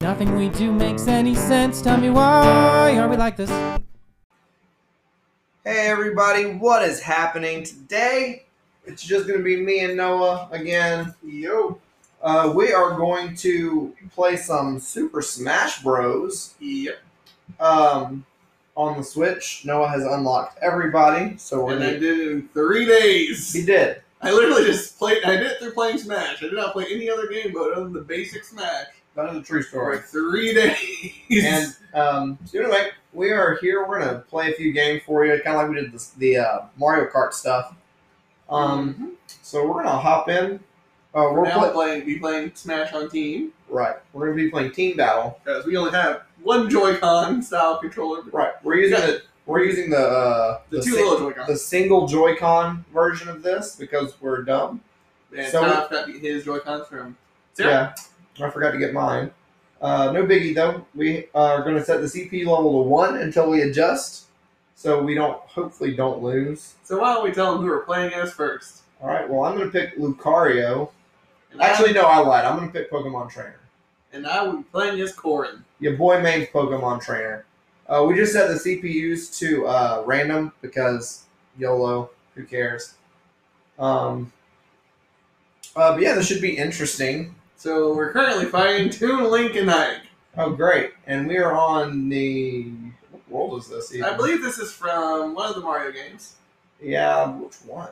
Nothing we do makes any sense. Tell me why are we like this? Hey everybody, what is happening today? It's just gonna be me and Noah again. Yo. Uh, we are going to play some Super Smash Bros. Yep. Um, on the Switch, Noah has unlocked everybody, so we're And I gonna. did it in three He days. did. I literally just played. I did it through playing Smash. I did not play any other game mode other than the basic Smash That is a true story. for three days. And um, so anyway, we are here. We're gonna play a few games for you, kind of like we did the, the uh, Mario Kart stuff. Um, um, so we're gonna hop in. Uh, we're now play- playing be playing Smash on Team right. We're gonna be playing Team Battle. because we only have one Joy-Con style controller. Right. We're using Yeah. the we're using the uh, The, two sing- little Joy-Cons. the single Joy-Con version of this because we're dumb. and so- Tom got to get his Joy-Cons from. Sarah. Yeah, I forgot to get mine. Uh, no biggie though. We are going to set the CP level to one until we adjust, so we don't hopefully don't lose. So why don't we tell them who we're playing as first? All right. Well, I'm going to pick Lucario. And Actually, no, I lied. I'm going to pick Pokemon Trainer. I, and I will be playing as Corin. Your boy mains Pokemon Trainer. Uh, we just set the CPUs to uh, random because YOLO. Who cares? Um. Uh, but yeah, this should be interesting. So we're currently fighting Toon Link and Ike. Oh, great. And we are on the. What world is this? Even? I believe this is from one of the Mario games. Yeah, which one?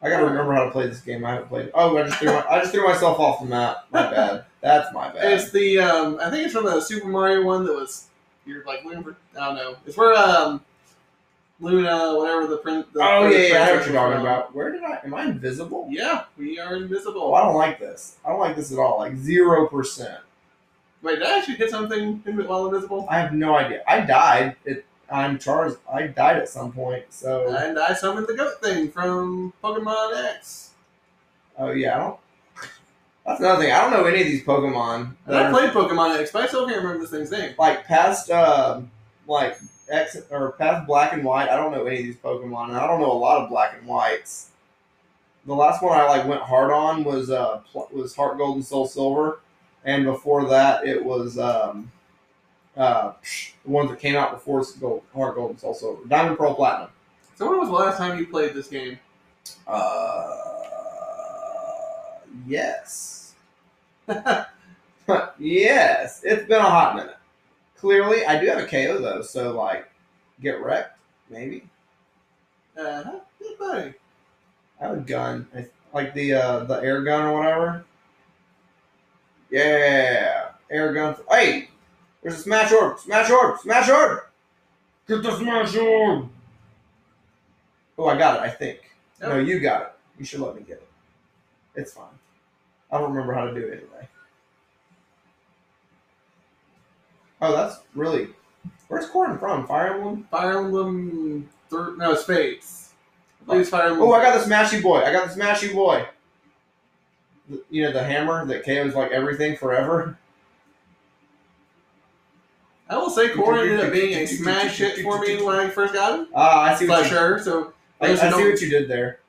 I gotta remember how to play this game. I haven't played. Oh, I just threw my, I just threw myself off the map. My bad. That's my bad. It's the um, I think it's from the Super Mario one that was you're like looking for. I don't know. It's where um, Luna, whatever the print. The oh yeah, first yeah, I know what princess you're talking was from. about. Where did I? Am I invisible? Yeah, we are invisible. Oh, I don't like this. I don't like this at all. Like zero percent. Wait, did I actually hit something in- while invisible? I have no idea. I died. It. I'm Charles. I died at some point. So. And I summoned the goat thing from Pokemon X. oh yeah. I don't, that's another thing. I don't know any of these Pokemon. And that I are- played Pokemon X, but I still can't remember this thing's name. like past um like X or past black and white. I don't know any of these Pokemon, and I don't know a lot of black and whites. The last one I like went hard on was uh pl- was Heart Gold and Soul Silver, and before that it was um uh psh, the ones that came out before Gold, Heart Gold and Soul Silver, Diamond Pearl Platinum. So when was the last time you played this game? Uh, yes. yes, it's been a hot minute. Clearly, I do have a KO though, so like, get wrecked, maybe. Uh huh. Yeah, buddy. I have a gun, I- like the uh, the air gun or whatever. Yeah, air gun. Hey, there's a smash orb, smash orb, smash orb. Get the smash orb. Oh, I got it. I think. No, you got it. You should let me get it. It's fine. I don't remember how to do it anyway. Oh, that's really. Where's Corin from? Fire Emblem. Fire Emblem. Thir- no, Spades. I believe it's Fire Emblem. Oh, I got the Smashy Boy. I got the Smashy Boy. The- You know the hammer that KO's like everything forever. I will say Corey ended up being a smash hit for me when I first got him. Ah, I see what Slash you. her, so I, I see what you did there.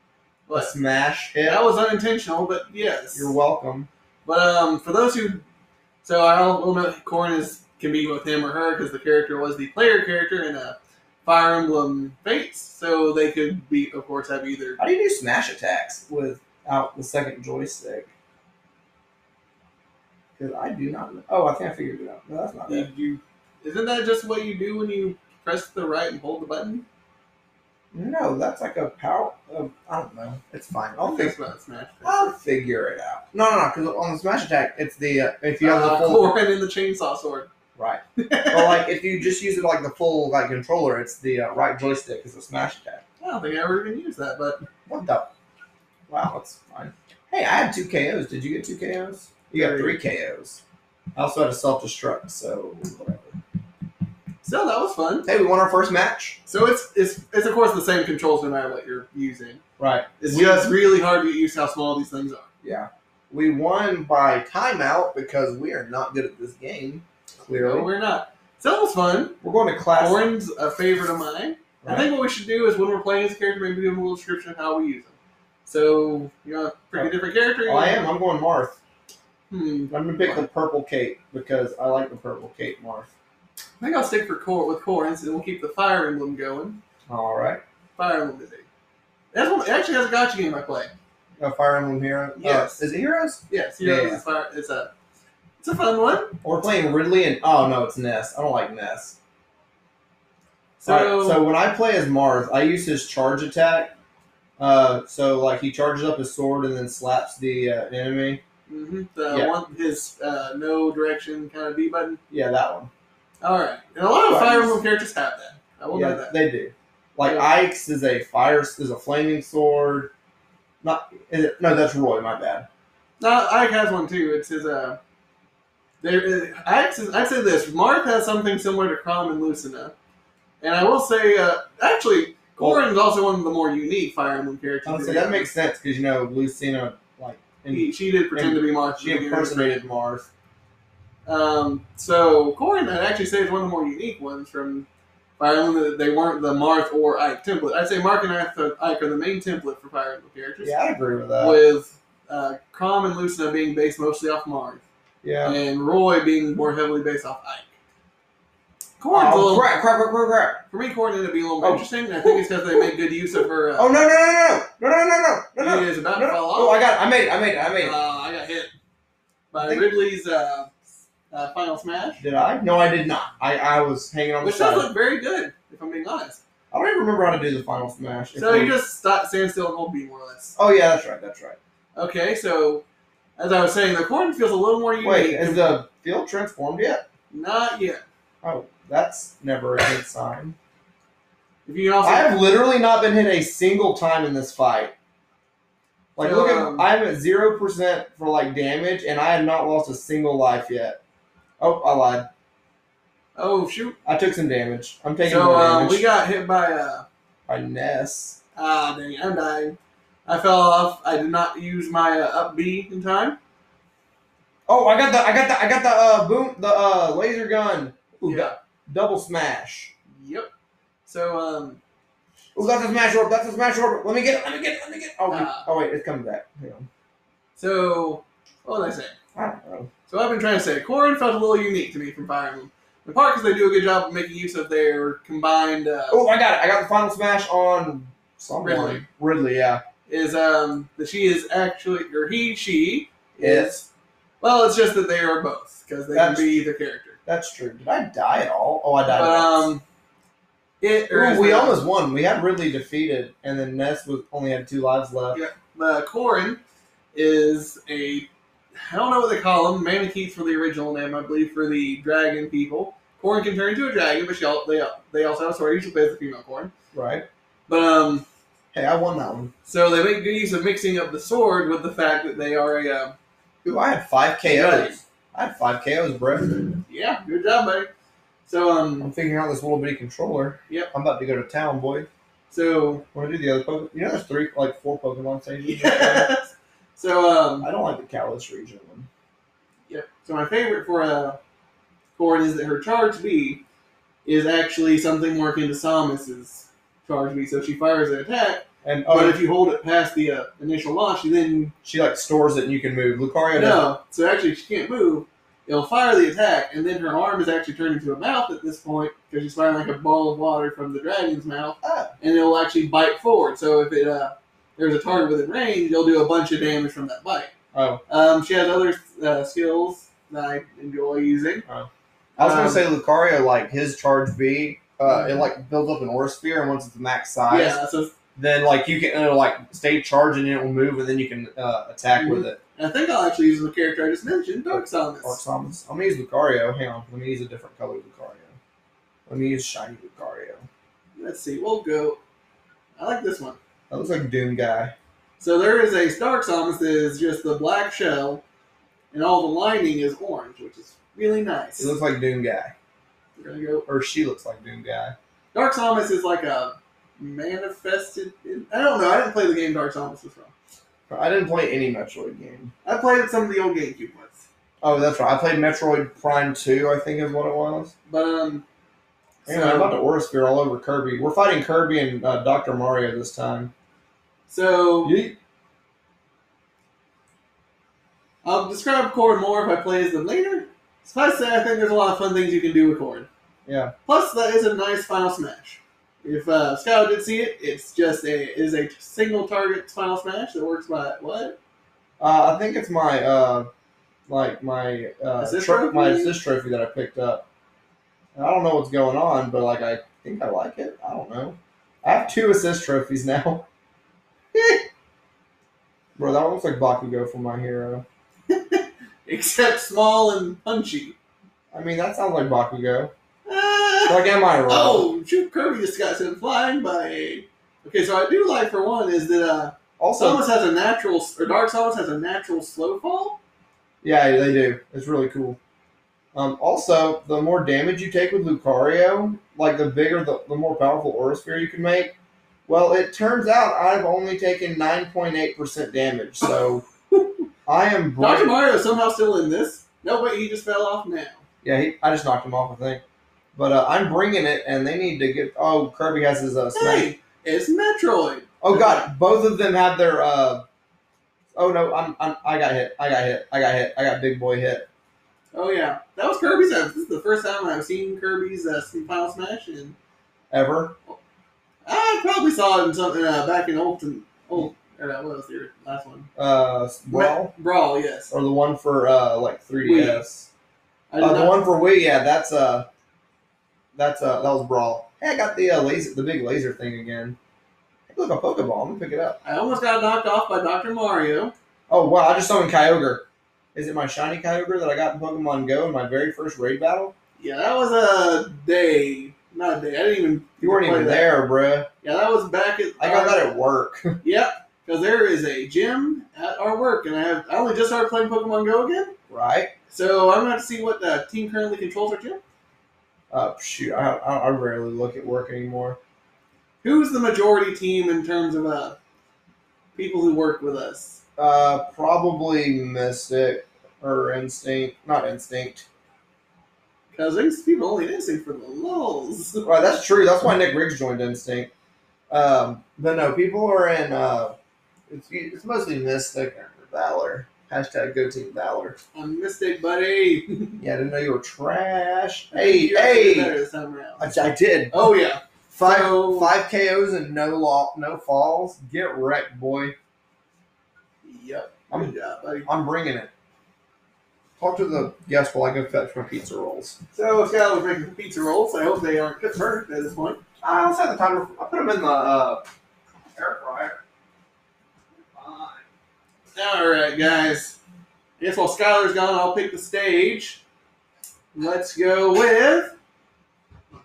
A but smash hit. that was unintentional, but yes. You're welcome. But um, for those who, so I don't well, know Corn is can be both him or her because the character was the player character in a Fire Emblem Fates, so they could be, of course, have either. How do you do smash attacks without the second joystick? Because I do not. Know. Oh, I think I figured it out. No, that's not it. You, you, isn't that just what you do when you press the right and hold the button? No, that's like a power. Of, I don't know. It's fine. I'll figure. That's not Smash. I'll figure it out. No, no, no. Because on the smash attack, it's the uh, if you have Uh, the full Corrin and the chainsaw sword. right. well, like if you just use it like the full like controller, it's the uh, right joystick is a smash attack. I don't think I ever even used that, but What the? Wow, that's fine. Hey, I had two KOs. Did you get two KOs? You got three KOs. I also had a self destruct, so whatever. still that was fun. Hey, we won our first match. So it's it's it's of course the same controls no matter what you're using. Right. It's We- just really hard to get used to how small these things are. Yeah. We won by timeout because we are not good at this game. Clearly. No, we're not. So that was fun. We're going to class. Orin's a favorite of mine. I Right. think what we should do is when we're playing as a character, maybe give them a little description of how we use them. So you're a pretty different character. Oh, I am. I'm going Marth. Hmm. I'm gonna pick the purple cape because I like the purple cape, Marth. I think I'll stick for core with Corins, and we'll keep the Fire Emblem going. All right, Fire Emblem is it. That's one. It actually has a gotcha game I play. a Fire Emblem Hero. Uh, Yes. is it Heroes? Yes, Heroes Yeah. is fire. It's a it's a fun one. We're playing Ridley and oh no, it's Ness. I don't like Ness. So, Alright, so when I play as Marth, I use his charge attack. Uh, so like he charges up his sword and then slaps the uh, enemy. mhm, the Yeah. one his uh, no direction kind of B button. Yeah, that one. All right, and a lot of Buttons. Fire Emblem characters have that. I will know yeah, that. they do. Like Yeah. Ike's is a fire is a flaming sword. Not is it, no, that's Roy. My bad. No, Ike has one too. It's his uh. There, uh, I'd say I'd say this. Marth has something similar to Crom and Lucina, and I will say, uh, actually, Corrin is also one of the more unique Fire Emblem characters. Honestly, that makes sense because you know Lucina like in, He, she did pretend and to be Marth. she in the beginning. impersonated Marth. Um, so Corrin, I'd actually say is one of the more unique ones from Fire Emblem. that They weren't the Marth or Ike template. I'd say Mark and Ike are- Ike are the main template for Fire Emblem characters. Yeah, I agree with that. With uh, Crom and Lucina being based mostly off Marth, Yeah. and Roy being more heavily based off Ike. Corrin's a Oh little, crap! Crap! Crap! Crap! Crap! for me, Corrin ended up being a little Oh. more interesting. and I think it's because they made good use of her. Uh, Oh no! No! No! No! No! No! No! No! No! No! He is about no, to no. fall off. Oh, I got! It. I made it! I made it! I made it! Uh, I got hit by I think- Ridley's uh, uh, final smash, Did I? No, I did not. I, I was hanging on the which does side. look very good, if I'm being honest. I don't even remember how to do the final smash. So If you we- just stop, stand still and hold B more or less. Oh yeah, that's right. That's right. Okay, so as I was saying, the corn feels a little more unique. Wait, is the field transformed yet? Not yet. Oh, that's never a good sign. If you can also, I have literally not been hit a single time in this fight. Like, look Um, at I'm at zero percent for like damage, and I have not lost a single life yet. Oh, I lied. oh shoot! I took some damage. I'm taking So more um, damage. we got hit by uh, by Ness. ah dang, it, I'm dying. I fell off. I did not use my uh, up B in time. Oh, I got the I got the I got the uh boom the uh laser gun. Ooh, Yeah. double smash. Yep. So um, Ooh, that's a smash orb. That's a smash orb. Let me get it. Let me get it. Let me get it. Oh, we- Ah. oh wait, it's coming back. Hang on. so what did I say? I don't know. So I've been trying to say, Corrin felt a little unique to me from Fire Emblem. In part because they do a good job of making use of their combined uh, Oh, I got it. I got the final smash on someone. Ridley. Ridley, yeah. is um that she is actually or he she Yes. is well it's just that they are both because they That's- can be either character That's true. Did I die at all? Oh, I died. but once. um it or is uh, Ooh, we the- almost won. We had Ridley defeated, and then Ness was only had two lives left. the Corin is a I don't know what they call them manatees for the original name I believe for the dragon people Corin can turn into a dragon but she al- they they also have a sword usually plays the female Corin Right. but um Hey, I won that one. so they make good use of mixing up the sword with the fact that they are a um, Ooh, I had five KOs. I had five KOs, bro. yeah good job buddy so um I'm figuring out this little bitty controller. Yep. I'm about to go to town, boy. so Want to do the other Pokemon? You know, there's three, like four Pokemon stages. Yes. So um I don't like the Kalos region one. so my favorite for uh Corin is that her charge B is actually something more akin to Samus's charge B. So she fires an attack, And but oh, if you hold it past the uh, initial launch, she then She like stores it and you can move. Lucario does. no. So actually, she can't move. It'll fire the attack, and then her arm is actually turned into a mouth at this point because she's firing like a ball of water from the dragon's mouth, Ah. and it'll actually bite forward. So if it uh, there's a target within range, it'll do a bunch of damage from that bite. Oh, Um, she has other uh, skills that I enjoy using. I was gonna Um, say Lucario like his charge B. Uh, it like builds up an aura sphere, and once it's max size, Yeah, so then like you can it'll, like stay charged and it will move, and then you can uh, attack with it. I think I'll actually use the character I just mentioned, Dark Or Samus. some- I'm gonna use Lucario. Hang on, let me use a different color Lucario. Let me use shiny Lucario. Let's see, we'll go. I like this one. That looks like Doom guy. So there is a Dark Samus that is just the black shell, and all the lining is orange, which is really nice. It looks like Doom guy, We're gonna go. or she looks like Doom guy. Dark Samus is like a manifested. I don't know. I didn't play the game Dark Samus was from. I didn't play any Metroid game. I played some of the old GameCube ones. Oh, that's right. I played Metroid Prime Two. I think is what it was. But um, Anyway, I'm about to aura spear all over Kirby. We're fighting Kirby and uh, Dr. Mario this time. so Yeet. I'll Um, describe Corn more if I play as them later. Suffice to say, I think there's a lot of fun things you can do with Corn. Yeah. Plus, that is a nice final smash. If uh, Skylar did see it, it's just a it is a single target final smash that works by what? Uh, I think it's my uh, like my uh, Assist tro- trophy? my assist trophy that I picked up. And I don't know what's going on, but like I think I like it. I don't know. I have two assist trophies now. Bro, that looks like Bakugo for my hero. Except small and punchy. I mean, that sounds like Bakugo. Ah! Like, am I wrong? Oh, shoot, Kirby just got sent flying by a. Okay, so I do like for one is that uh, Also, Samus has a natural, or Dark Samus has a natural slow fall. yeah, they do. It's really cool. Um, also, the more damage you take with Lucario, like the bigger, the, the more powerful Aura Sphere you can make. Well, it turns out I've only taken 9.8% damage, so I am Dr. brave. Mario is somehow still in this. No, wait, he just fell off now. Yeah, he, I just knocked him off, I think. But uh, I'm bringing it, and they need to get. Oh, Kirby has his uh, smash. Hey, it's Metroid. Oh god, both of them have their. Uh, oh no, I'm, I'm I got hit. I got hit. I got hit. I got big boy hit. Oh yeah, that was Kirby's. uh, This is the first time I've seen Kirby's uh, Final Smash, and Ever. I probably saw it in something uh, back in Olden. Old, uh, what was your last one? uh, Brawl Brawl, yes. or the one for uh, like 3DS. I did Uh, the not- one for Wii, yeah, that's uh, that's uh, that was Brawl. Hey, I got the uh, laser, the big laser thing again. Hey, look, a Pokeball. I'm gonna pick it up. I almost got knocked off by Dr. Mario. Oh wow, I just summoned Kyogre. Is it my shiny Kyogre that I got in Pokemon Go in my very first raid battle? Yeah, that was a day, not a day. I didn't even. You weren't even play that. there, bruh. Yeah, that was back at. I got that at work. Yep, because there is a gym at our work, and I have I only just started playing Pokemon Go again, right? so I'm gonna have to see what uh, team currently controls our gym. Uh, shoot, I, I I rarely look at work anymore. Who's the majority team in terms of uh, people who work with us? Uh, probably Mystic or Instinct, not Instinct. Because these people only dancing for the lulz. Right, that's true. That's why Nick Riggs joined Instinct. Um, but no, people are in. Uh, it's, it's mostly Mystic or Valor. Hashtag Go Team Valor. I'm mistake, buddy. Yeah, I didn't know you were trash. I think Hey, hey! you're actually better this time around. I, I did Oh yeah, five So- five KOs and no law, no falls. Get wrecked, boy. yep. I'm- Good job, buddy. I'm bringing it. Talk to the guest while I go fetch my pizza rolls. So Skylar was making pizza rolls. I hope they aren't burnt at this point. I will set Uh, the timer. I put them in the uh, air fryer. Fine. All right, guys. I guess while Skylar's gone, I'll pick the stage. Let's go with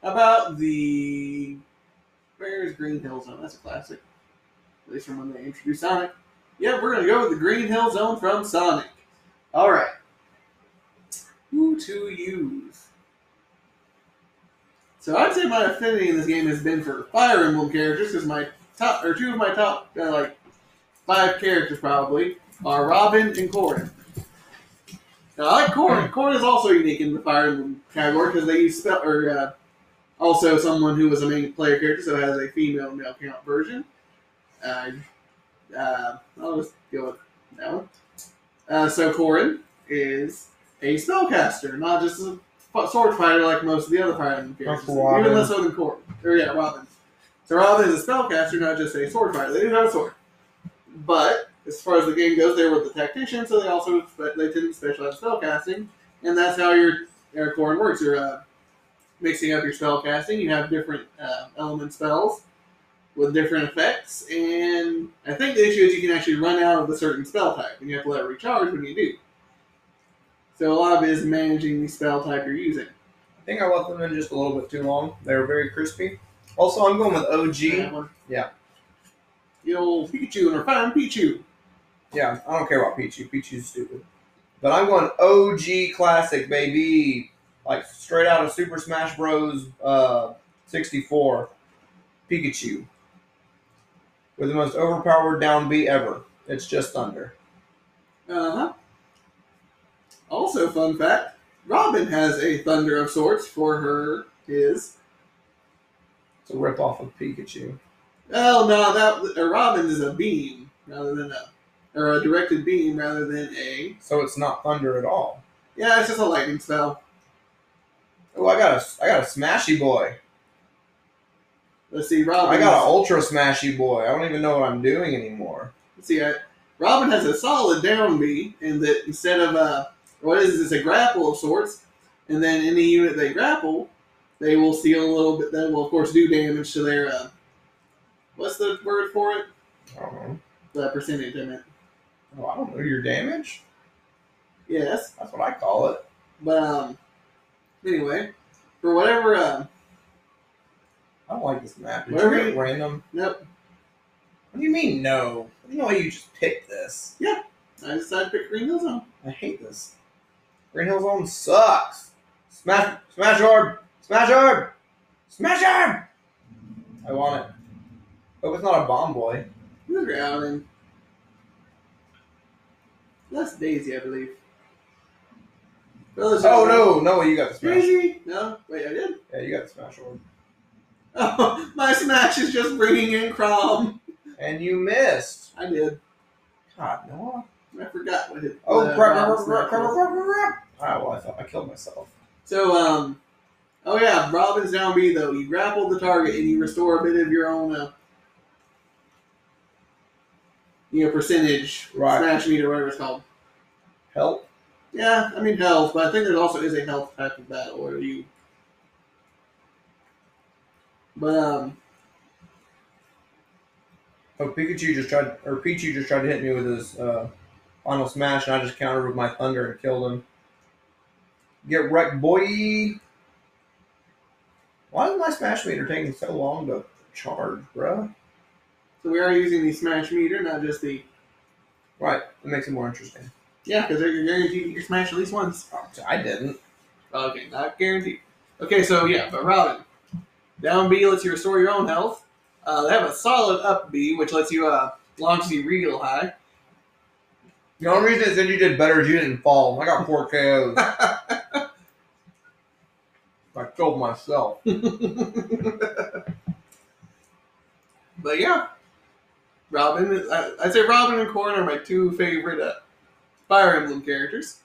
how about the where's Green Hill Zone? That's a classic, at least from when they introduced Sonic. Yeah, we're gonna go with the Green Hill Zone from Sonic. All right. Who to use? So I'd say my affinity in this game has been for Fire Emblem characters, because my top or two of my top uh, like five characters probably are Robin and Corin. Now I like Corin. Corin is also unique in the Fire Emblem category because they use spell or uh, also someone who was a main player character, so has a female and male count version. Uh, uh, I'll just go with that one. Uh, so Corin is a spellcaster, not just a f- sword fighter like most of the other Fire Emblem characters, Robin. even less so than Corin. Or yeah, Robin. So Robin is a spellcaster, not just a sword fighter. They do have a sword, but as far as the game goes, they were the tactician, so they also spe- they tend to specialize in spellcasting, and that's how your Eric Horn works. You're uh, mixing up your spellcasting. You have different uh, element spells with different effects, and I think the issue is you can actually run out of a certain spell type, and you have to let it recharge when you do. So a lot of it is managing the spell type you're using. I think I left them in just a little bit too long. They were very crispy. Also, I'm going with That OG. one. Yeah. The old Pichu and refined Pichu. Yeah, I don't care about Pichu. Pichu's stupid. But I'm going OG classic, baby. Like straight out of Super Smash Bros. Uh, 64. Pikachu. With the most overpowered downbeat ever. It's just thunder. Uh huh. Also, fun fact: Robin has a thunder of sorts for her. His. It's a rip off of Pikachu. Well, no, that uh, Robin is a beam rather than a. or a directed beam rather than a. So it's not thunder at all. Yeah, it's just a lightning spell. Oh, I got a I got a smashy boy. Let's see, Robin. I got an ultra smashy boy. I don't even know what I'm doing anymore. Let's see, I, Robin has a solid down B, and that instead of a what is this a grapple of sorts, and then any unit they grapple, they will seal a little bit. That will of course do damage to their. Uh, what's the word for it? I don't know. The percentage, I meant. Oh, I don't know your damage. Yes, That's what I call it. but um, anyway, for whatever um, I don't like this map. Did Where you we- get random? nope, What do you mean no? You know why you just picked this? I decided to pick Green Hill Zone. I hate this. Green Hill Zone sucks. Smash, smash orb, smash orb, smash orb. I want it. Hope it's not a bomb boy. Look around and that's Daisy, I believe. Fellas, Oh no, no, you got the smash. Daisy? No, wait, I did. Yeah, you got the smash orb. Oh, my smash is just bringing in Crom. And you missed. I did. God, Noah. I forgot what it. Oh, uh, crap, crap, Rob's crap, crap, crap, smash was. crap, crap. Ah, well, I thought I killed myself. So, um, oh yeah, Robin's down B though. You grapple the target and you restore a bit of your own, uh, you know, percentage Right. smash meter, whatever it's called. Help. Yeah, I mean health, but I think there also is a health type of that, or you. But um, Oh, Pikachu just tried, or Pichu just tried to hit me with his uh, final smash, and I just countered with my thunder and killed him. Get wrecked, boy. Why is my smash meter taking so long to charge, bruh? so we are using the smash meter, not just the Right, it makes it more interesting. yeah, because they're guaranteed you can smash at least once. Oh, I didn't. Okay, not guaranteed. Okay, so yeah, but Robin, down B lets you restore your own health. Uh, they have a solid up B, which lets you uh launch the real high. The only reason it said you did better is you didn't fall. I got four KOs. I killed myself. But yeah, Robin, is- I, I'd say Robin and Corn are my two favorite uh, Fire Emblem characters.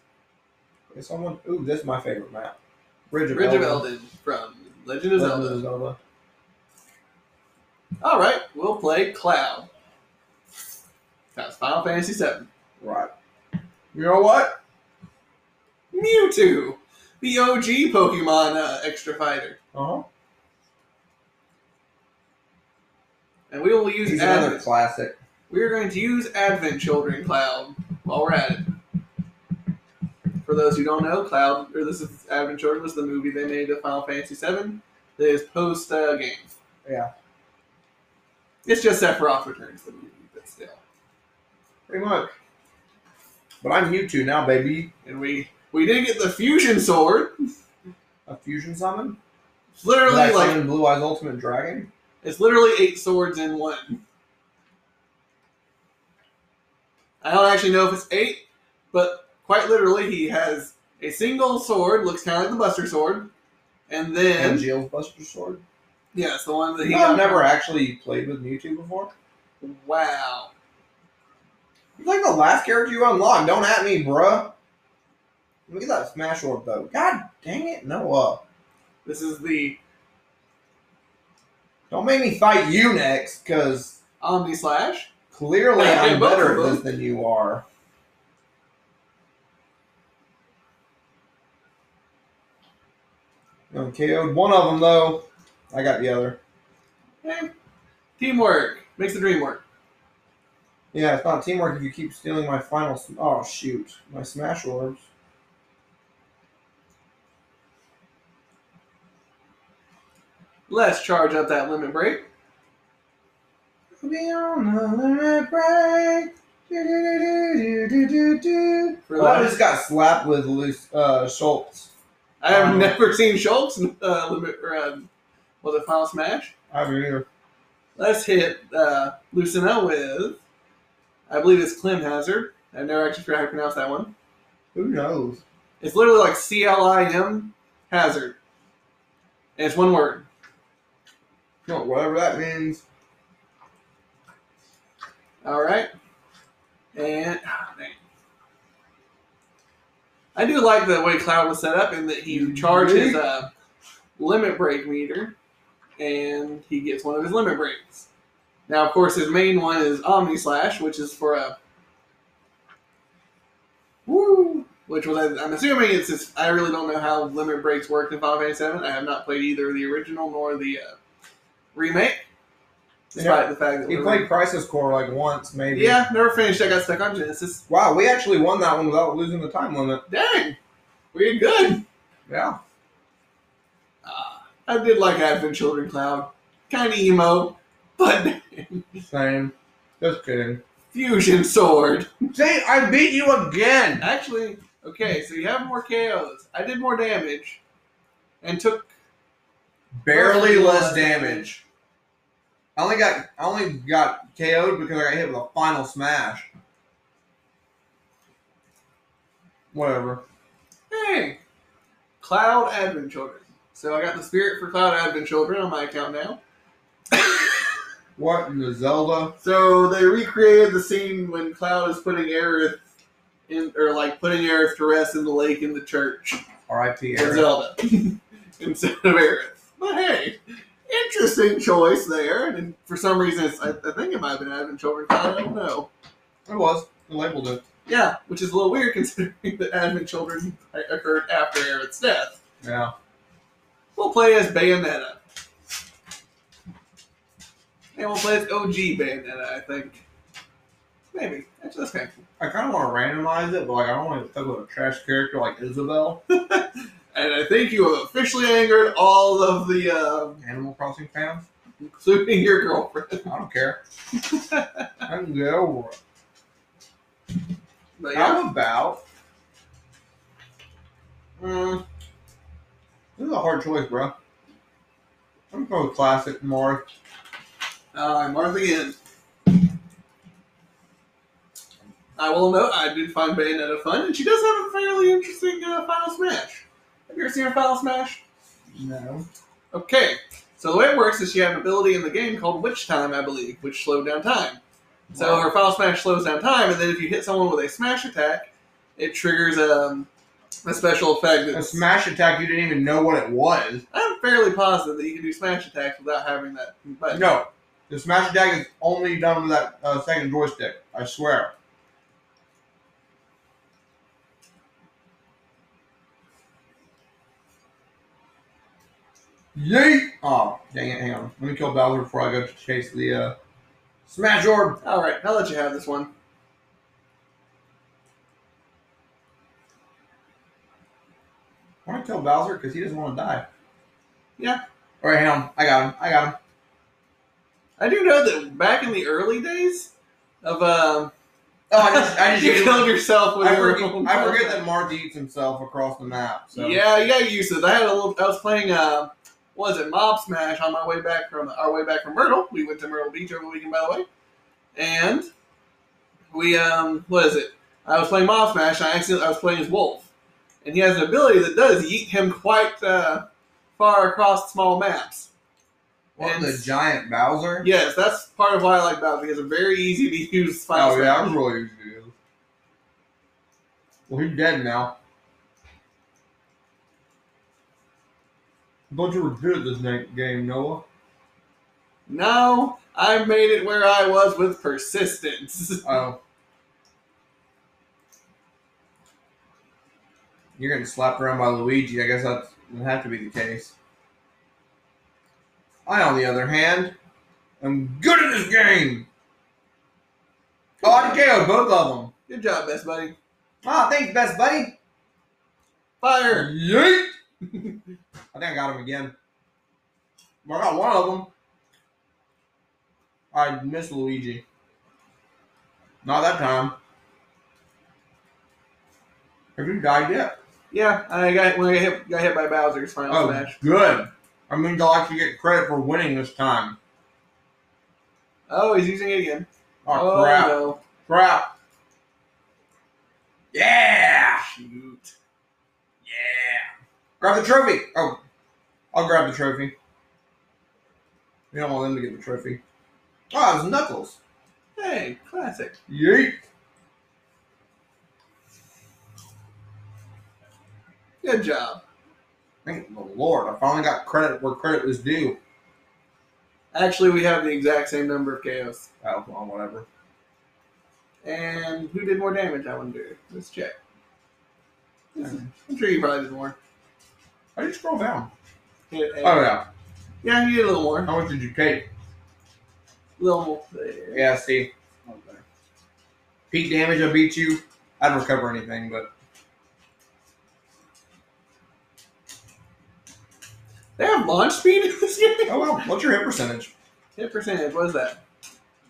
Is Someone, ooh, this is my favorite map. Bridge of Bridge of Elden. Elden from Legend of Legend of Zelda. Zelda. All right, we'll play Cloud. That's Final Fantasy VII. Right. You know what? Mewtwo, the OG Pokemon uh, extra fighter, Uh huh. and we will use He's another Advent. classic. We are going to use Advent Children Cloud while we're at it. For those who don't know, Cloud or this is Advent Children was the movie they made of Final Fantasy VII that is post uh, game. Yeah. It's just Sephiroth returns the movie, but still. Pretty much. But I'm Mewtwo now, baby. And we we did get the fusion sword. A fusion summon? It's literally Did I like summon Blue Eyes Ultimate Dragon? it's literally eight swords in one. I don't actually know if it's eight, but quite literally he has a single sword, looks kinda like the Buster Sword, and And then Jill's Buster Sword? yeah, it's the one that he You know, got I've never actually played with Mewtwo before. Wow. It's like the last character you unlock. Don't at me, bruh. Look at that Smash Orb, though. God dang it, Noah. This is the Don't make me fight you next, because Omni Slash. clearly I did I'm both better of at this than you are. I KO'd one of them though. I got the other. Eh, Teamwork. Makes the dream work. Yeah, it's not teamwork if you keep stealing my final. Sm- oh shoot, my smash orbs. Let's charge up that limit break. Be on the limit break. Do-do-do-do-do-do-do. For Well, I that- just got slapped with loose uh, Schultz. I have Um, never seen Schultz uh, limit or, um, was it Final Smash? I haven't either. Let's hit uh, Lucina with, I believe it's Clem Hazard. I never actually forgot how to pronounce that one. Who knows? It's literally like C L I M Hazard. And it's one word. No, whatever that means. All right. And ah, dang. I do like the way Cloud was set up in that he You charges agree? his uh, limit break meter, and he gets one of his limit breaks. Now, of course, his main one is Omni Slash, which is for a woo, which was I'm assuming it's his. I really don't know how limit breaks work in Final Fantasy VII. I have not played either the original nor the uh, remake, despite the fact that He we're- played Crisis Core like once, maybe. yeah, never finished. I got stuck on Genesis. Wow, we actually won that one without losing the time limit. Dang, we did good. Yeah. Uh, I did like Advent Children Cloud, kind of emo, but Same. Just kidding. fusion sword. See, I beat you again. Actually, okay, so you have more KOs. I did more damage, and took Barely Barely less less damage. I only got I only got KO'd because I got hit with a final smash. Whatever. hey, Cloud Advent Children. So I got the spirit for Cloud Advent Children on my account now. What in the Zelda? So they recreated the scene when Cloud is putting Aerith in, or like putting Aerith to rest in the lake in the church. R.I.P. for Aerith. Zelda instead of Aerith. But hey, interesting choice there. And for some reason, it's, I, I think it might have been Advent Children Cloud. I don't know. It was. It labeled it. Yeah, which is a little weird considering that Advent Children occurred after Aerith's death. Yeah. We'll play as Bayonetta. And we'll play as OG Bayonetta, I think. Maybe. Actually, that's kind of cool. I kind of want to randomize it, but like I don't want to stuck with a trash character like Isabel, And I think you have officially angered all of the, uh, Animal Crossing fans. including your girlfriend. I don't care. I can get over it. But yeah, How about mm, this is a hard choice, bro. I'm going with classic Marth. uh, Martha again. I will note I did find Bayonetta fun, and she does have a fairly interesting uh, Final Smash. Have you ever seen her Final Smash? No. Okay, so the way it works is you have an ability in the game called Witch Time, I believe, which slowed down time. So her Final Smash slows down time, and then if you hit someone with a smash attack, it triggers um, a special effect. a That's, smash attack you didn't even know what it was. I'm fairly positive that you can do smash attacks without having that button. No, the smash attack is only done with that uh, second joystick. I swear. Yeet! Oh, dang it! Hang on. Let me kill Bowser before I go to chase the uh, smash orb. All right, I'll let you have this one. I want to kill Bowser because he doesn't want to die. Yeah. All right, hang on. I got him. I got him. I do know that back in the early days of um, Oh, I just, I just you used- killed yourself with I your forget, own I forget button. that Marth eats himself across the map. So. Yeah, you gotta use it. I had a little. I was playing. Uh, what was it Mob Smash on my way back from our way back from Myrtle? We went to Myrtle Beach over the weekend, by the way, and we um, what is it? I was playing Mob Smash. And I accidentally I was playing as Wolf, and he has an ability that does yeet him quite uh, far across small maps. What And- the giant Bowser? Yes, that's part of why I like Bowser. It's a very easy to use Final Oh yeah, Smash. I was really easy to do. Well, he's dead now. But you were good at this na- game, Noah. No, I made it where I was with persistence. Oh. You're getting slapped around by Luigi. I guess that's, that have to be the case. I, on the other hand, am good at this game. Oh, I KO'd both of them. Good job, best buddy. Ah, thanks, best buddy. Fire. Yeet! I think I got him again. Well, I got one of them. I missed Luigi. Not that time. Have you died yet? Yeah, I got when I got hit, got hit by Bowser's final oh, smash. good. I mean, I'll actually get credit for winning this time. Oh, he's using it again. Oh, crap. no. Crap. Yeah! Shoot. Yeah. Grab the trophy. Oh, I'll grab the trophy. You don't want them to get the trophy. Oh, it was Knuckles. Hey, classic. Yeet. Good job. Thank the Lord, I finally got credit where credit was due. Actually, we have the exact same number of KOs. Oh, well, whatever. And who did more damage, I wonder? Let's check. I'm sure he probably did more. How do you scroll down? Hit A. Oh yeah. Yeah, he did a little more. A How much did you take? little more. there. Yeah, see. Okay. Peak damage, I beat you. I don't recover anything, but They have launch speed in this game? oh well. What's your hit percentage? Hit percentage, what is that?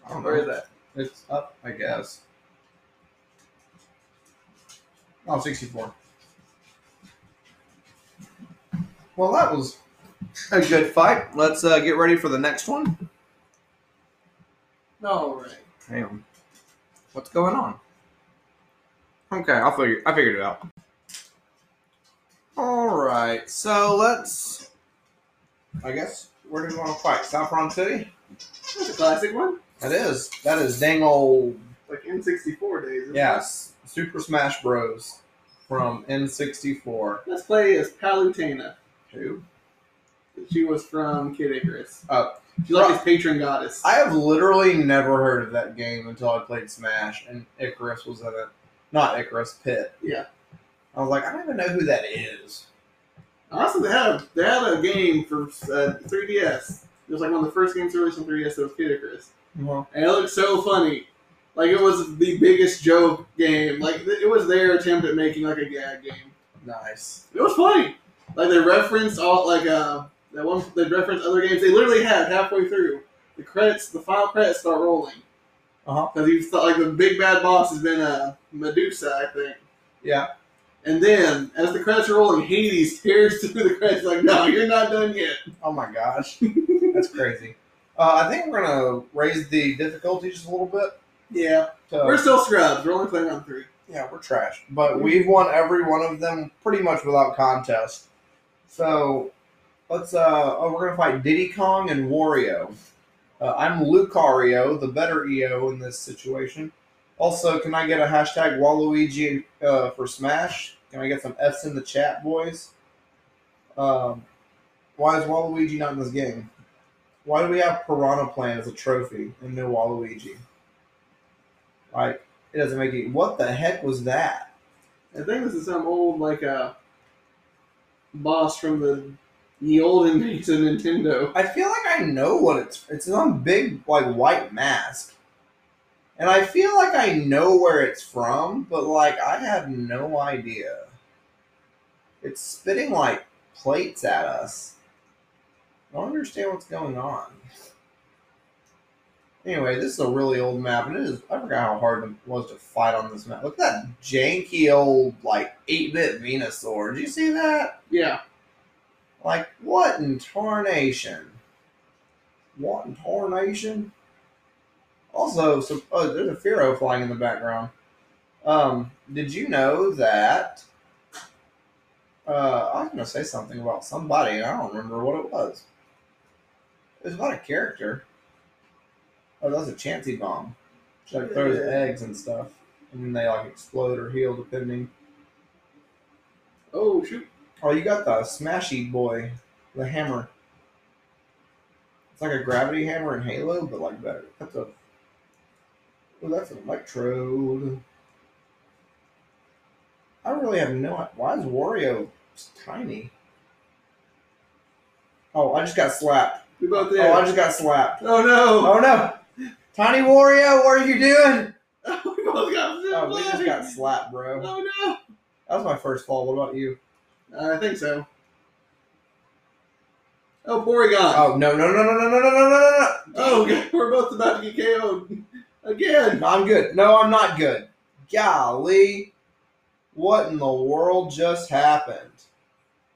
I don't Where is know. that? It's up, I guess. Oh, 64. Well, that was a good fight. Let's uh, get ready for the next one. Alright. Hang on. What's going on? Okay, I'll figure I figured it out. Alright, so let's I guess where do we want to fight? Saffron City? That's a classic one. That is. That is dang old Like N64 days. isn't it? Yes. Super Smash Bros. from N sixty four. Let's play as Palutena. Who? She was from Kid Icarus. Oh. She's like his patron goddess. I have literally never heard of that game until I played Smash and Icarus was in it. Not Icarus, Pit. Yeah. I was like, I don't even know who that is. Honestly, they had a, they had a game for uh, 3DS. It was like one of the first games released on 3DS that was Kid Icarus. And it looked so funny. Like, it was the biggest joke game. Like, th- it was their attempt at making, like, a gag game. Nice. It was funny. Like, they referenced all, like, uh, that one, they referenced other games. They literally had halfway through. The credits, the final credits start rolling. Uh-huh. Because you thought, like, the big bad boss has been, uh, Medusa, I think. Yeah. And then, as the credits are rolling, Hades tears through the credits, like, no, you're not done yet. Oh my gosh. That's crazy. Uh, I think we're gonna raise the difficulty just a little bit. Yeah. to- We're still scrubs. We're only playing on three. Yeah, we're trash. But we've won every one of them pretty much without contest. So let's uh oh we're gonna fight Diddy Kong and Wario. Uh, I'm Lucario, the better EO in this situation. Also, can I get a hashtag Waluigi uh, for Smash? Can I get some F's in the chat, boys? Um, why is Waluigi not in this game? Why do we have Piranha Plant as a trophy and no Waluigi? Like, it doesn't make any. What the heck was that? I think this is some old, like, uh, boss from the, the olden days of Nintendo. I feel like I know what it's. It's some big like white mask, and I feel like I know where it's from, but like I have no idea. It's spitting like plates at us. I don't understand what's going on. Anyway, this is a really old map, and it is. I forgot how hard it was to fight on this map. Look at that janky old like eight bit Venusaur. Did you see that? Yeah. Like, what in tarnation? What in tarnation? Also, so, oh, there's a Firo flying in the background. Um, did you know that? Uh, I was going to say something about somebody, and I don't remember what it was. It was about a character. Oh, that was a Chansey bomb. She like, throws Yeah. eggs and stuff, and then they like explode or heal depending. Oh, shoot. Oh, you got the smashy boy, the hammer. It's like a gravity hammer in Halo, but like better. That's a. Oh, that's an electrode. I really have no. Why is Wario tiny? Oh, I just got slapped. We both did. Oh, I just got slapped. Oh, no. Oh no, tiny Wario, what are you doing? we both got Oh, we just got slapped, bro. Oh, no. That was my first fall. What about you? I think so. Oh, Borygon. Oh no no no no no no no no no no. Oh, God. We're both about to get KO'd. Again. No, I'm good. No, I'm not good. Golly. What in the world just happened?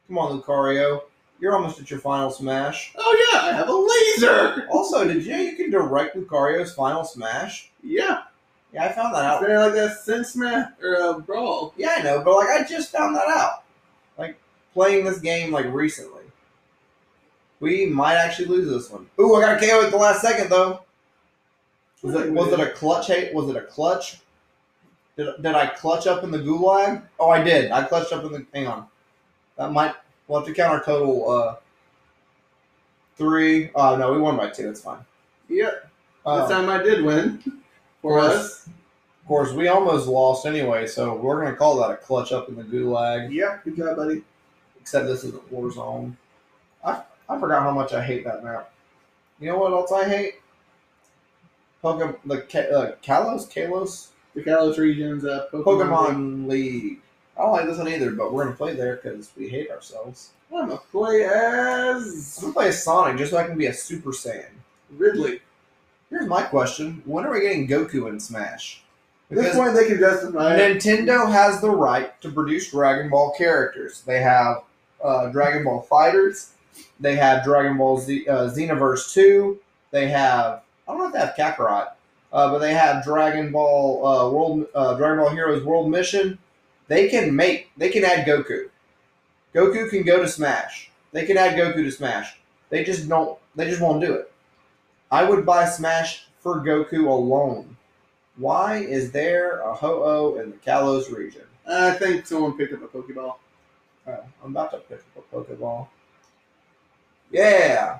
Come on, Lucario. You're almost at your final smash. Oh, yeah. I have a laser. Also, did you know you can direct Lucario's final smash? Yeah. Yeah, I found that It's out. been like that since Smash or uh, Brawl. Yeah, I know, but like I just found that out. Like playing this game like recently. We might actually lose this one. Ooh, I got a KO at the last second though. Was it, was it a clutch? Hey, was it a clutch? Did, did I clutch up in the gulag? Oh, I did. I clutched up in the. Hang on. That might we'll have to count our total uh three. Uh no, we won by two, it's fine. Yep. Uh, this time I did win. For Yes. us. of course we almost lost anyway, so we're gonna call that a clutch up in the gulag. Yep. Good job, buddy. Except this isn't Warzone. I I forgot how much I hate that map. You know what else I hate? Pokemon the Ka- uh, Kalos Kalos The Kalos region's uh, Pokemon. Pokemon League. I don't like this one either, but we're gonna play there because we hate ourselves. I'm gonna play I'm as gonna play as Sonic just so I can be a Super Saiyan. Ridley. Here's my question: When are we getting Goku in Smash? At this Because point, they can justify it. Nintendo has the right to produce Dragon Ball characters. They have uh, Dragon Ball Fighters. They have Dragon Ball Z, uh, Xenoverse Two. They have I don't know if they have Kakarot, uh, but they have Dragon Ball uh, World uh, Dragon Ball Heroes World Mission. They can make they can add Goku. Goku can go to Smash. They can add Goku to Smash. They just don't. They just won't do it. I would buy Smash for Goku alone. Why is there a Ho-Oh in the Kalos region? I think someone picked up a Pokeball. Oh, I'm about to pick up a Pokeball. Yeah!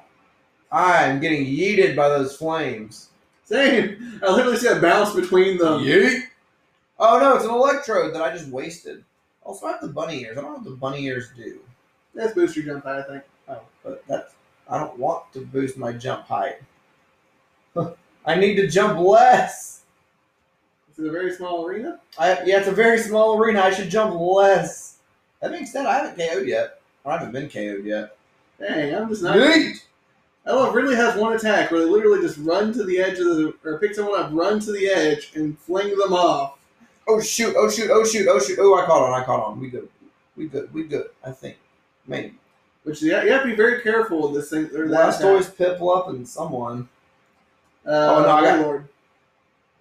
I'm getting yeeted by those flames. Same. I literally see a bounce between them. Yeet! Oh no, it's an Electrode that I just wasted. Also, I have the bunny ears. I don't know what the bunny ears do. That's booster jump high, I think. Oh, but that's... I don't want to boost my jump height. I need to jump less! This is a very small arena. I, yeah, it's a very small arena. I should jump less. That being said, I haven't KO'd yet. I haven't been KO'd yet. Dang, I'm just not. Yeet! I love Ridley has one attack where they literally just run to the edge of the, or pick someone up, run to the edge, and fling them off. Oh shoot! Oh shoot! Oh shoot! Oh shoot! Oh, I caught on! I caught on! We good. We good. We good. I think. Maybe. Which you have, you have to be very careful with this thing. Or that Last attack. always Pipple up and someone. Uh, Oh, no, I got- Lord.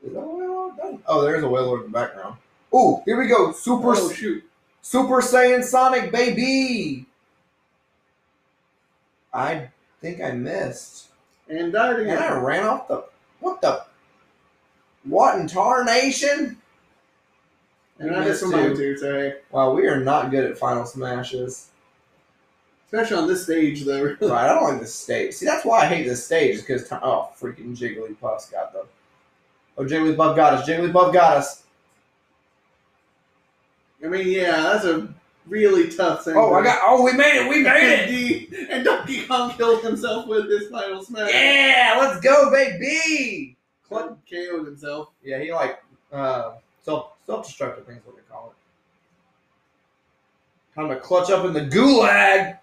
Is that a Wailord? No. Oh, there's a Wailord in the background. Ooh, here we go! Super Oh shoot! Super Saiyan Sonic, baby! I think I missed, And died and again. I ran off the. What the? What in tarnation? And I missed Missed mine too. too. Sorry. Wow, we are not good at final smashes. Especially on this stage, though. Right, I don't like this stage. See, that's why I hate this stage, because, oh, freaking Jigglypuff's got them. Oh, Jigglypuff got us. Jigglypuff got us. I mean, yeah, that's a really tough thing. Oh, I got, oh, we made it. We made it. D, and Donkey Kong killed himself with his final smash. Yeah, let's go, baby. Club KO'd himself. Yeah, he, like, uh, self, self-destructive things, what they call it. Time to clutch up in the gulag.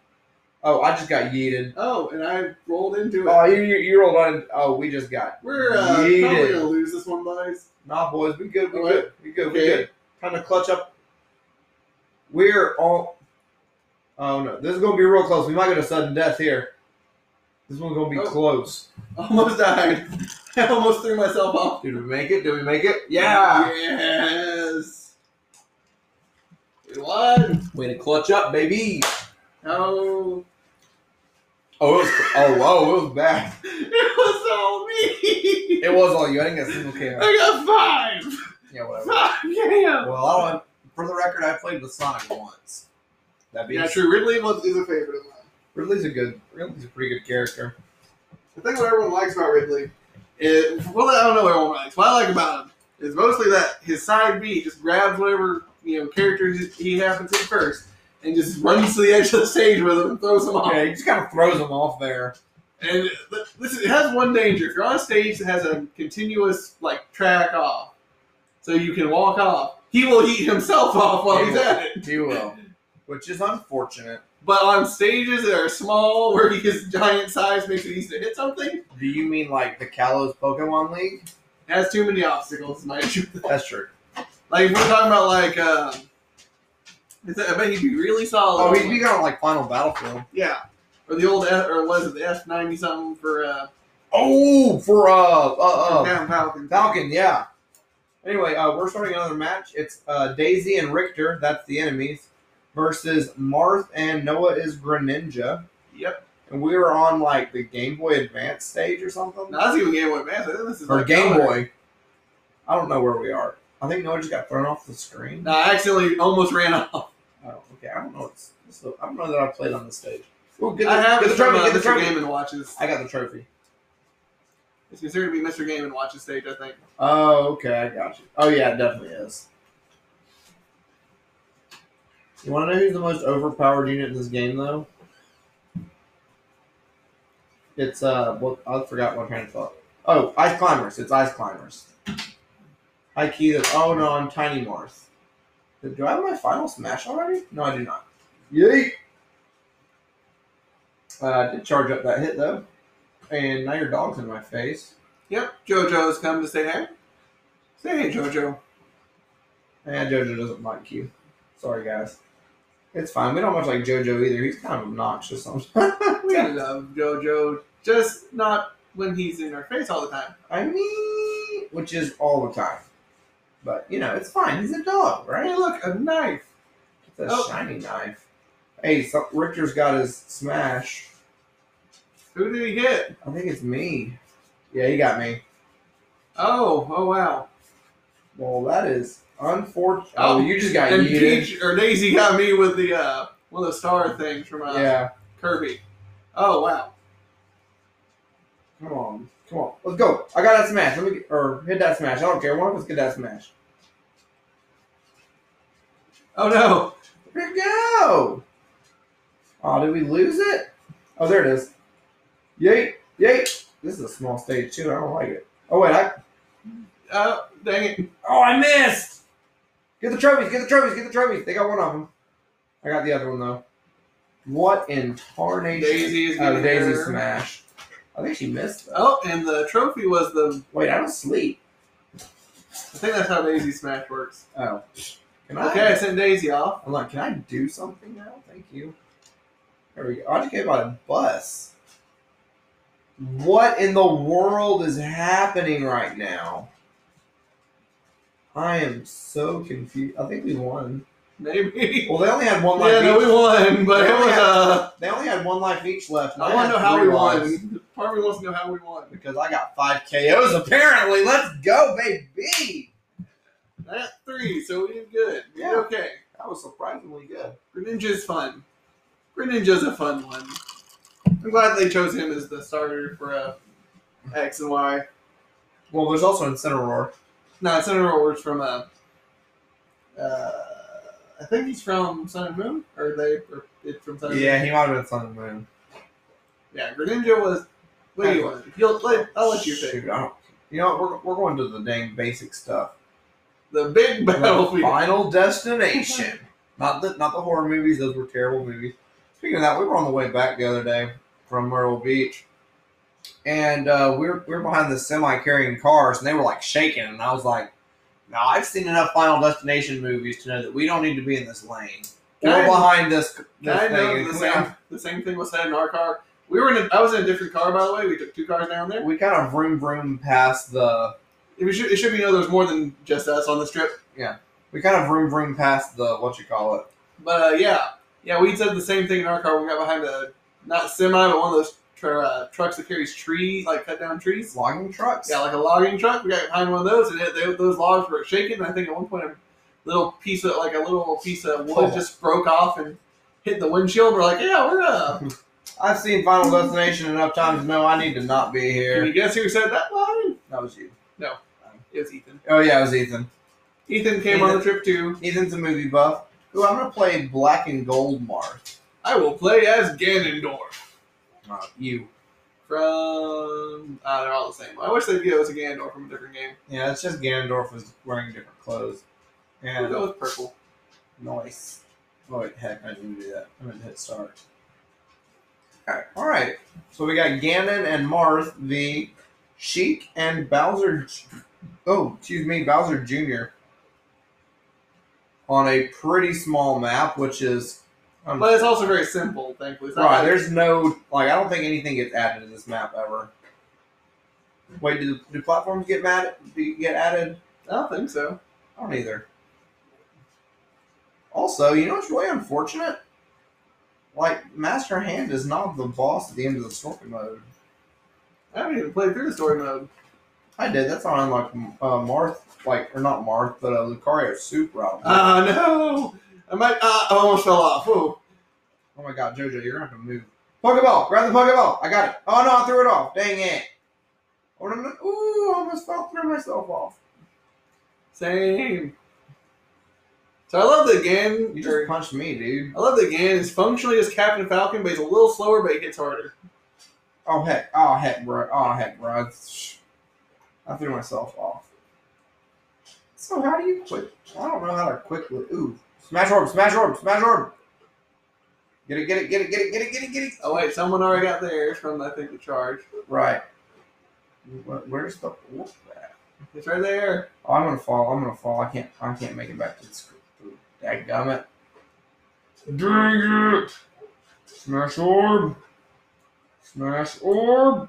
Oh, I just got yeeted. Oh, and I rolled into it. Oh, you, you, you rolled on. Oh, we just got We're uh, probably yeeted. gonna lose this one, boys. Nah, boys, we good. We Alright. good. We good. Okay. We good. Time to clutch up. We're all. Oh no, this is gonna be real close. We might get a sudden death here. This one's gonna be Oh. close. Almost died. I almost threw myself off. Did we make it? Did we make it? Yeah. Yes. What? Way to clutch up, baby. Oh, Oh, it was, oh, whoa, it was bad. it was all me. It was all you. I didn't get a single KO. I got five. Yeah, whatever. Five. Yeah. Well, I don't. For the record, I played with Sonic once. That being Yeah, true. Ridley was, is a favorite of mine. Ridley's a good, Ridley's a pretty good character. The thing what everyone likes about Ridley is well, I don't know what everyone likes. What I like about him is mostly that his side B just grabs whatever you know characters he happens to first and just runs to the edge of the stage with him and throws them off. Yeah, he just kind of throws him off there. And th- this it has one danger: if you're on a stage that has a continuous like track off, so you can walk off, he will eat himself off while he's at it. He will, which is unfortunate. But on stages that are small, where his giant size makes it easy to hit something, Do you mean like the Kalos Pokemon League? it has too many obstacles. in My That's true. Like if we're talking about like um, is that- I bet he'd be really solid. Oh, he'd be on like Final Battlefield. yeah, or the old F, or was it the F ninety something for uh Oh, for uh, uh, oh. uh Captain Falcon? Falcon, yeah. Anyway, uh, we're starting another match. It's uh, Daisy and Richter. That's the enemies versus Marth and Noah is Greninja, Yep. and we were on like the Game Boy Advance stage or something, Now that's even Game Boy Advance. I think this is or like Game color. Boy. I don't know where we are. I think Noah just got thrown off the screen. No, I accidentally almost ran off. Oh, okay. I don't know. It's, So I don't know that I've played on this stage. Ooh, get the, I have get the it from trophy. uh, Get the Mr. trophy. Game and Watches. I got the trophy. It's considered to be Mr. Game and Watches stage, I think. Oh, okay, I got you. Oh yeah, it definitely is. You want to know who's the most overpowered unit in this game, though? It's uh, what I forgot my train of thought. Oh, ice climbers. It's ice climbers. I key that. Oh no, I'm tiny Marth. Do I have my final smash already? No, I do not. Yeet. Uh, I did charge up that hit though, and now your dog's in my face. Yep, JoJo's come to say hey. Say hey, JoJo. Yeah, JoJo doesn't like you. Sorry, guys. It's fine. We don't much like JoJo either. He's kind of obnoxious. sometimes. We love JoJo, just not when he's in our face all the time. I mean, which is all the time. But, you know, it's fine. He's a dog, Hey, right? look, a knife. It's a Oh. shiny knife. Hey, so Richter's got his smash. Who did he hit? I think it's me. Yeah, he got me. Oh, oh wow. Well, that is unfortunate. Oh, Oh, you just got And yeeted. Peach or Daisy got me with the uh one of the star things from uh, Yeah, Kirby. Oh wow. come on. Come on. Let's go. I got that smash. Let me get, or hit that smash. I don't care. One of us get that smash. Oh no. Where'd it go? Oh, did we lose it? Oh, there it is. Yay! Yay! This is a small stage too. I don't like it. Oh wait, I Oh dang it. oh I missed. Get the trophies! Get the trophies! Get the trophies! They got one of them. I got the other one though. What in tarnation? Daisy is oh, getting Daisy there. smash. I think she missed though. Oh, and the trophy was the Wait, I don't sleep. I think that's how Daisy Smash works. Oh, can I? Okay, I sent Daisy off. I'm like, can I do something now? Thank you. There we go. I just gave out a bus. What in the world is happening right now? I am so confused. I think we won. Maybe. Well, they only had one life. yeah, no, each. we won, but it was uh They only had one life each left. and I wanna had know how three we lives won. Harvey wants to know how we won. because I got five KOs. Apparently, let's go, baby. I got three, so we did good. We did Yeah. okay. That was surprisingly good. Greninja's fun. Greninja's a fun one. I'm glad they chose him as the starter for uh, X and Y. Well, there's also Incineroar. No, Senator Orr's from uh, uh, I think he's from Sun and Moon, or they, or it's from Sun and Moon. Yeah, he might have been Sun and Moon. Yeah, Greninja was. What do you want? You'll let, I'll let you pick. Shoot, I don't- You know, what, we're, we're going to the dang basic stuff. The big The battlefield. Final Destination. Not the not the horror movies; those were terrible movies. Speaking of that, we were on the way back the other day from Myrtle Beach, and uh, we were we were behind the semi carrying cars, and they were like shaking, and I was like, "Now I've seen enough Final Destination movies to know that we don't need to be in this lane or Kind- behind this this I thing." know And the we- same, the same thing was said in our car. We were in. A, I was in a different car, by the way. We took two cars down there. We kind of vroom vroom past the It should, it should be known there's more than just us on this trip. we kind of vroom vroom past the what you call it But uh, yeah, yeah, we said the same thing in our car. when We got behind a not semi, but one of those tr- uh, trucks that carries trees, like cut down trees. logging trucks. Yeah, like a logging truck. We got behind one of those, and it, they, those logs were shaking. And I think at one point, a little piece of like a little piece of wood Oh. just broke off and hit the windshield. We're like, yeah, we're uh. I've seen Final Destination enough times to know I need to not be Can here. you guess who said that line? That was you. It was Ethan. Oh yeah, it was Ethan. Ethan came on the trip too. Ethan's a movie buff. Ooh, I'm gonna play Black and Gold Marth. I will play as Ganondorf Uh, you. from. Ah, they're all the same. I wish they'd give us a Ganondorf from a different game. Yeah, it's just Ganondorf was wearing different clothes. We'll And go with purple. nice. Oh wait, heck, I didn't do that. I'm gonna hit start. Alright, alright. So we got Ganon and Marth, the Sheik and Bowser J- Oh, excuse me, Bowser Jr. on a pretty small map, which is I'm But it's also very simple, thankfully. It's not Right, like- there's no like I don't think anything gets added to this map ever. Wait, do, do platforms get mad? Do get added? I don't think so. I don't either. Also, you know what's really unfortunate? Like Master Hand is not the boss at the end of the story mode. I haven't even played through the story mode. I did. That's not unlike uh, Marth, like or not Marth, but uh, Lucario Super. Ah, no! I might. Uh, I almost fell off. Ooh. Oh my god, JoJo, you're gonna have to move. Pokeball, grab the Pokeball. I got it. Oh no, I threw it off. Dang it. Oh, no, no. Ooh, I almost fell, threw myself off. Same. So I love the Gan. You or- just punched me, dude. I love the Gan. He's functionally as Captain Falcon, but he's a little slower, but he hits harder. Oh heck, oh heck, bro. Oh heck, bro. Shh. I threw myself off. So how do you quick? I don't know how to quickly. Ooh, smash orb, smash orb, smash orb. Get it, get it, get it, get it, get it, get it, get it. Oh wait, someone already got theirs from I think the charge. Right. What, where's the orb at? It's right there. Oh, I'm gonna fall. I'm gonna fall. I can't. I can't make it back to the screen. Dadgummit. Dang it! Smash orb. Smash orb.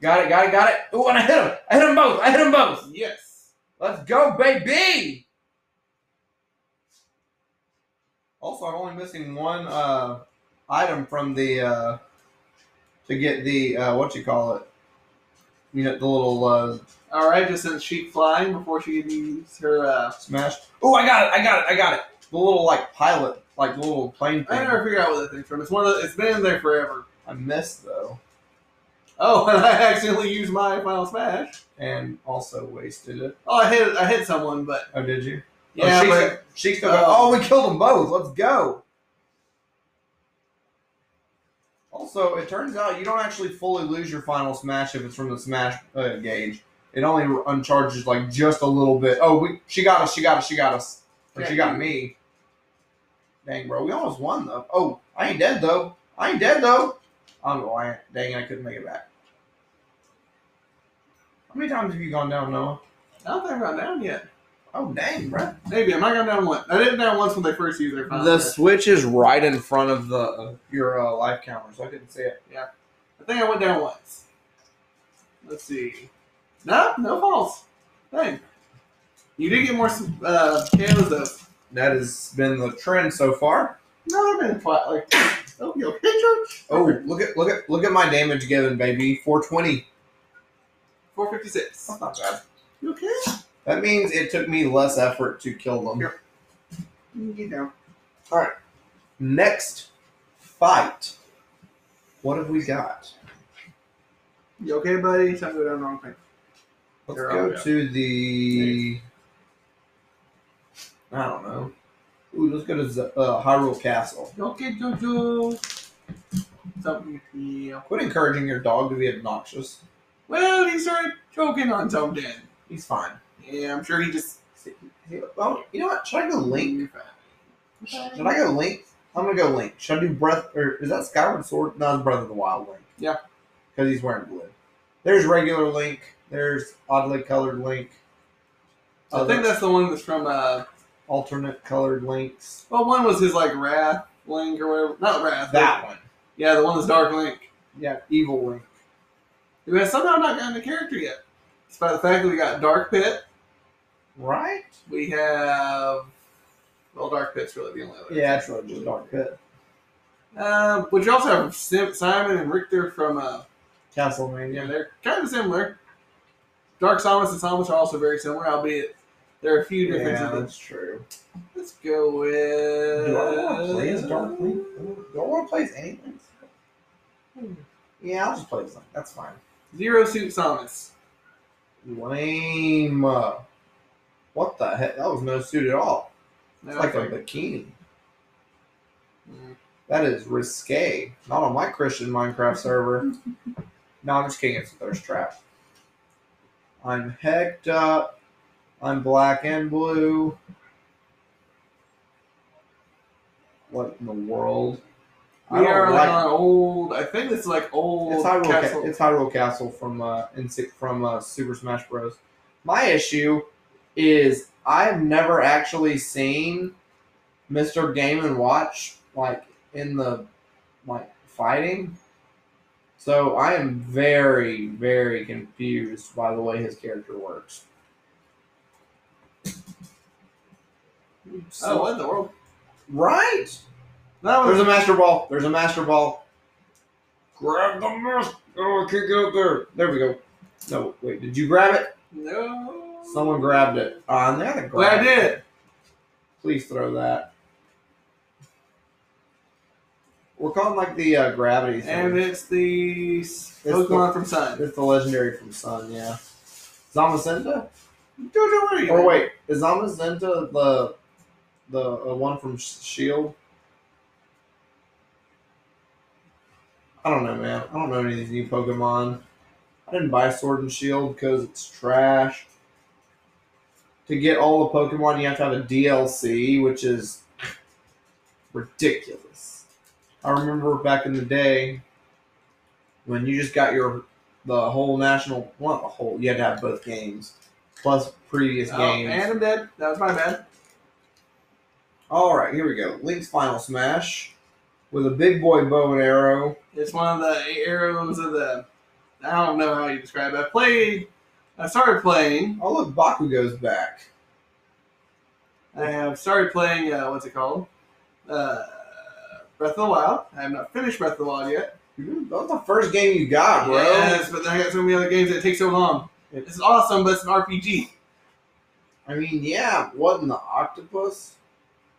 Got it. Got it. Got it. Ooh, and I hit him. I hit him both. I hit him both. Yes. Let's go, baby. Also, I'm only missing one uh, item from the uh, to get the uh, what you call it. You know the little uh, All right, just sent Sheik flying before she can use her. Uh, smashed. Oh, I got it! I got it! I got it! The little like pilot, like little plane I thing. never figure out what that thing's from. It's one of. The, it's been there forever. I missed though, Oh, and I accidentally used my final smash. and also wasted it. Oh, I hit. I hit someone, but Oh, did you? yeah, oh, she, but she still got. Oh, we killed them both. Let's go. Also, it turns out you don't actually fully lose your final smash if it's from the smash uh, gauge. It only uncharges like just a little bit. Oh, we she got us. She got us. She got us. Or she got me. Dang, bro, we almost won though. Oh, I ain't dead though. I ain't dead though. I'm lying. Dang, I couldn't make it back. How many times have you gone down, Noah? I don't think I've gone down yet. Oh, dang, bro. Maybe I'm not gone down one. I didn't down once when they first used their final The smash. switch is right in front of the your uh, life counter, so I couldn't see it. I think I went down once. Let's see. No, no falls. Dang. You did get more uh, candles though. That has been the trend so far. No, I've been flat. Like, oh, you okay, George? Oh, look at look at look at my damage given, baby. 420. 456. That's not bad. You okay? That means it took me less effort to kill them. Here. You know. Next fight. What have we got? You okay, buddy? Something went down wrong thing. Let's They're go all good. to the. I don't know. Ooh, let's go to Z- uh, Hyrule Castle. You okay, Jojo? Something. Yeah. Quit encouraging your dog to be obnoxious. Well, he started choking on something. He's fine. Yeah, I'm sure he just. Well, you know what? Should I go Link? Should I go Link? I'm gonna go Link. Should I do Breath or is that Skyward Sword? No, it's Breath of the Wild Link. Yeah. because he's wearing blue. There's regular Link. There's oddly colored Link. I think Other that's the one that's from uh, alternate colored Links. Well, one was his like Wrath Link or whatever. Not Wrath. but- That one. Yeah, the one that's Dark Link. Yeah, evil Link. Who has somehow not gotten a character yet. Despite the fact that we got Dark Pit, Right? we have. Well, Dark Pit's really the only other. Yeah, that's really just Dark Pit. Um, but you also have Sim- Simon and Richter from. Uh, yeah, Castlevania. they're kind of similar. Dark Samus and Samus are also very similar, albeit there are a few Yeah, differences. that's true. Let's go with. Do I want to play as Dark Link? Do I want to play as anything? Hmm. Yeah, I'll just play as Link. That's fine. Zero Suit Samus. Lame. What the heck? That was no suit at all. No, It's like a okay. bikini. Mm. That is risque. Not on my Christian Minecraft server. no, I'm just kidding. It's a thirst trap. I'm hecked up. I'm black and blue. What in the world? I We don't are like like- on old. I think it's like old It's Hyrule, castle. Ca- it's Hyrule Castle from uh, in, from uh, Super Smash Bros. My issue is I've never actually seen Mr. Game and Watch like in the like fighting, so I am very very confused by the way his character works. oh, what in the world? right? That There's was a master ball. There's a master ball. Grab the master. Oh, I can't get up there. There we go. No, wait. Did you grab it? no. Someone grabbed it. Ah, On there. Well, I did. Please throw that. We're calling like the uh, gravity. Thing. And it's the s- It's Pokemon from Sun. It's the legendary from Sun, yeah. Zamazenta? Don't know where you Or wait, is Zamazenta the the uh, one from Sh- Shield? I don't know, man. I don't know any of these new Pokemon. I E didn't buy Sword and Shield because it's trash. To get all the Pokemon, you have to have a DLC, which is ridiculous. I remember back in the day when you just got your the whole national, well, not the whole. You had to have both games plus previous Oh, games. and I'm dead. That was my bad. All right, here we go. Link's final smash with a big boy bow and arrow. It's one of the arrows of the. I don't know how you describe it. I played. I started playing. Oh look, Bakugo's back. I have started playing. Uh, what's it called? Uh, Breath of the Wild. I have not finished Breath of the Wild yet. You- That was the first game you got, Ah, bro. Yes, but then I got so many other games that take so long. It's awesome, but it's an RPG. I mean, yeah. What in the octopus?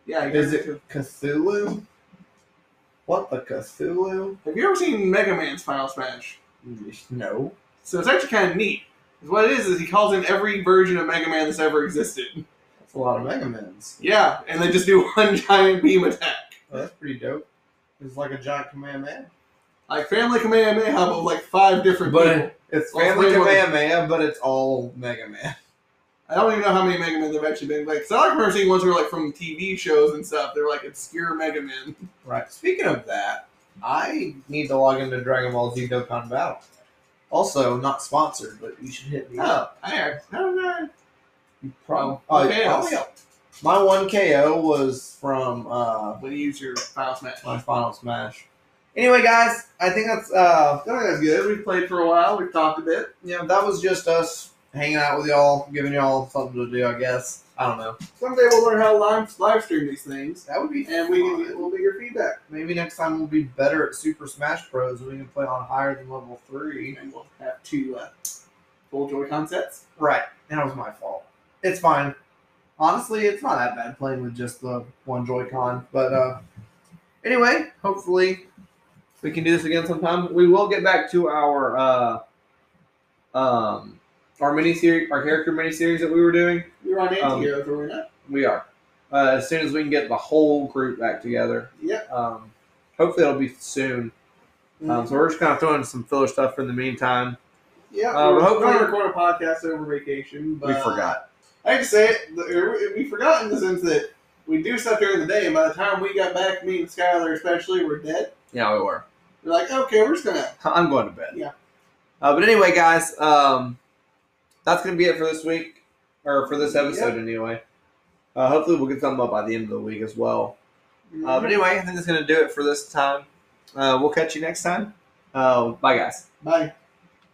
Yeah, I guess Is it Cthulhu? What the Cthulhu? Have you ever seen Mega Man's Final Smash? No. So it's actually kind of neat. 'Cause What it is is he calls in every version of Mega Man that's ever existed. That's a lot of Mega Mans. Yeah, and they just do one giant beam attack, Oh, that's pretty dope. It's like a giant command man. like Family Kamehameha, but with like five different people. But it's Well, Family wait, wait. Kamehameha, but it's all Mega Man. I don't even know how many Mega Men they've actually been. Like, 'cause I remember seeing ones who were like from TV shows and stuff. They're like obscure Mega Men. Right. Speaking of that, I need to log into Dragon Ball Z Dokkan Battle. Also, not sponsored, but you should hit me Oh, up. I actually, I don't know. Prob- Oh, uh, okay. probably up. My one KO was from uh, When you use your Final Smash. my final smash. Anyway, guys, I think that's uh, I think that's good. We played for a while. We talked a bit. you know that was just us hanging out with y'all, giving y'all something to do. I guess I don't know. Someday we'll learn how to live, live stream these things, That would be and we fun. can get, we'll get your feedback. Maybe next time we'll be better at Super Smash Bros. We can play on higher than level three. and we'll have two uh, full Joy-Con sets. Right. That was my fault. It's fine. Honestly, it's not that bad playing with just the one Joy-Con. But uh, anyway, hopefully we can do this again sometime. We will get back to our uh, um, our mini series, our character mini series that we were doing. We were on Um, anti-heroes, were we not? We are. Uh, as soon as we can get the whole group back together. Yep. Um, hopefully it'll be soon. Um, so we're just kind of throwing some filler stuff in the meantime. yeah, uh, we we're hopefully- going to record a podcast over vacation, but we forgot. I hate to say it, the- we forgot in the sense that we do stuff during the day, and by the time we got back, me and Skylar especially, were dead. Yeah, we were. We're like, okay, we're just gonna. I'm going to bed. Yeah. Uh, but anyway, guys, um, that's going to be it for this week, or for this episode anyway. Uh, hopefully we'll get something up by the end of the week as well. Uh, Mm-hmm. but anyway, I think that's going to do it for this time. Uh, we'll catch you next time. Uh, bye, guys. Bye.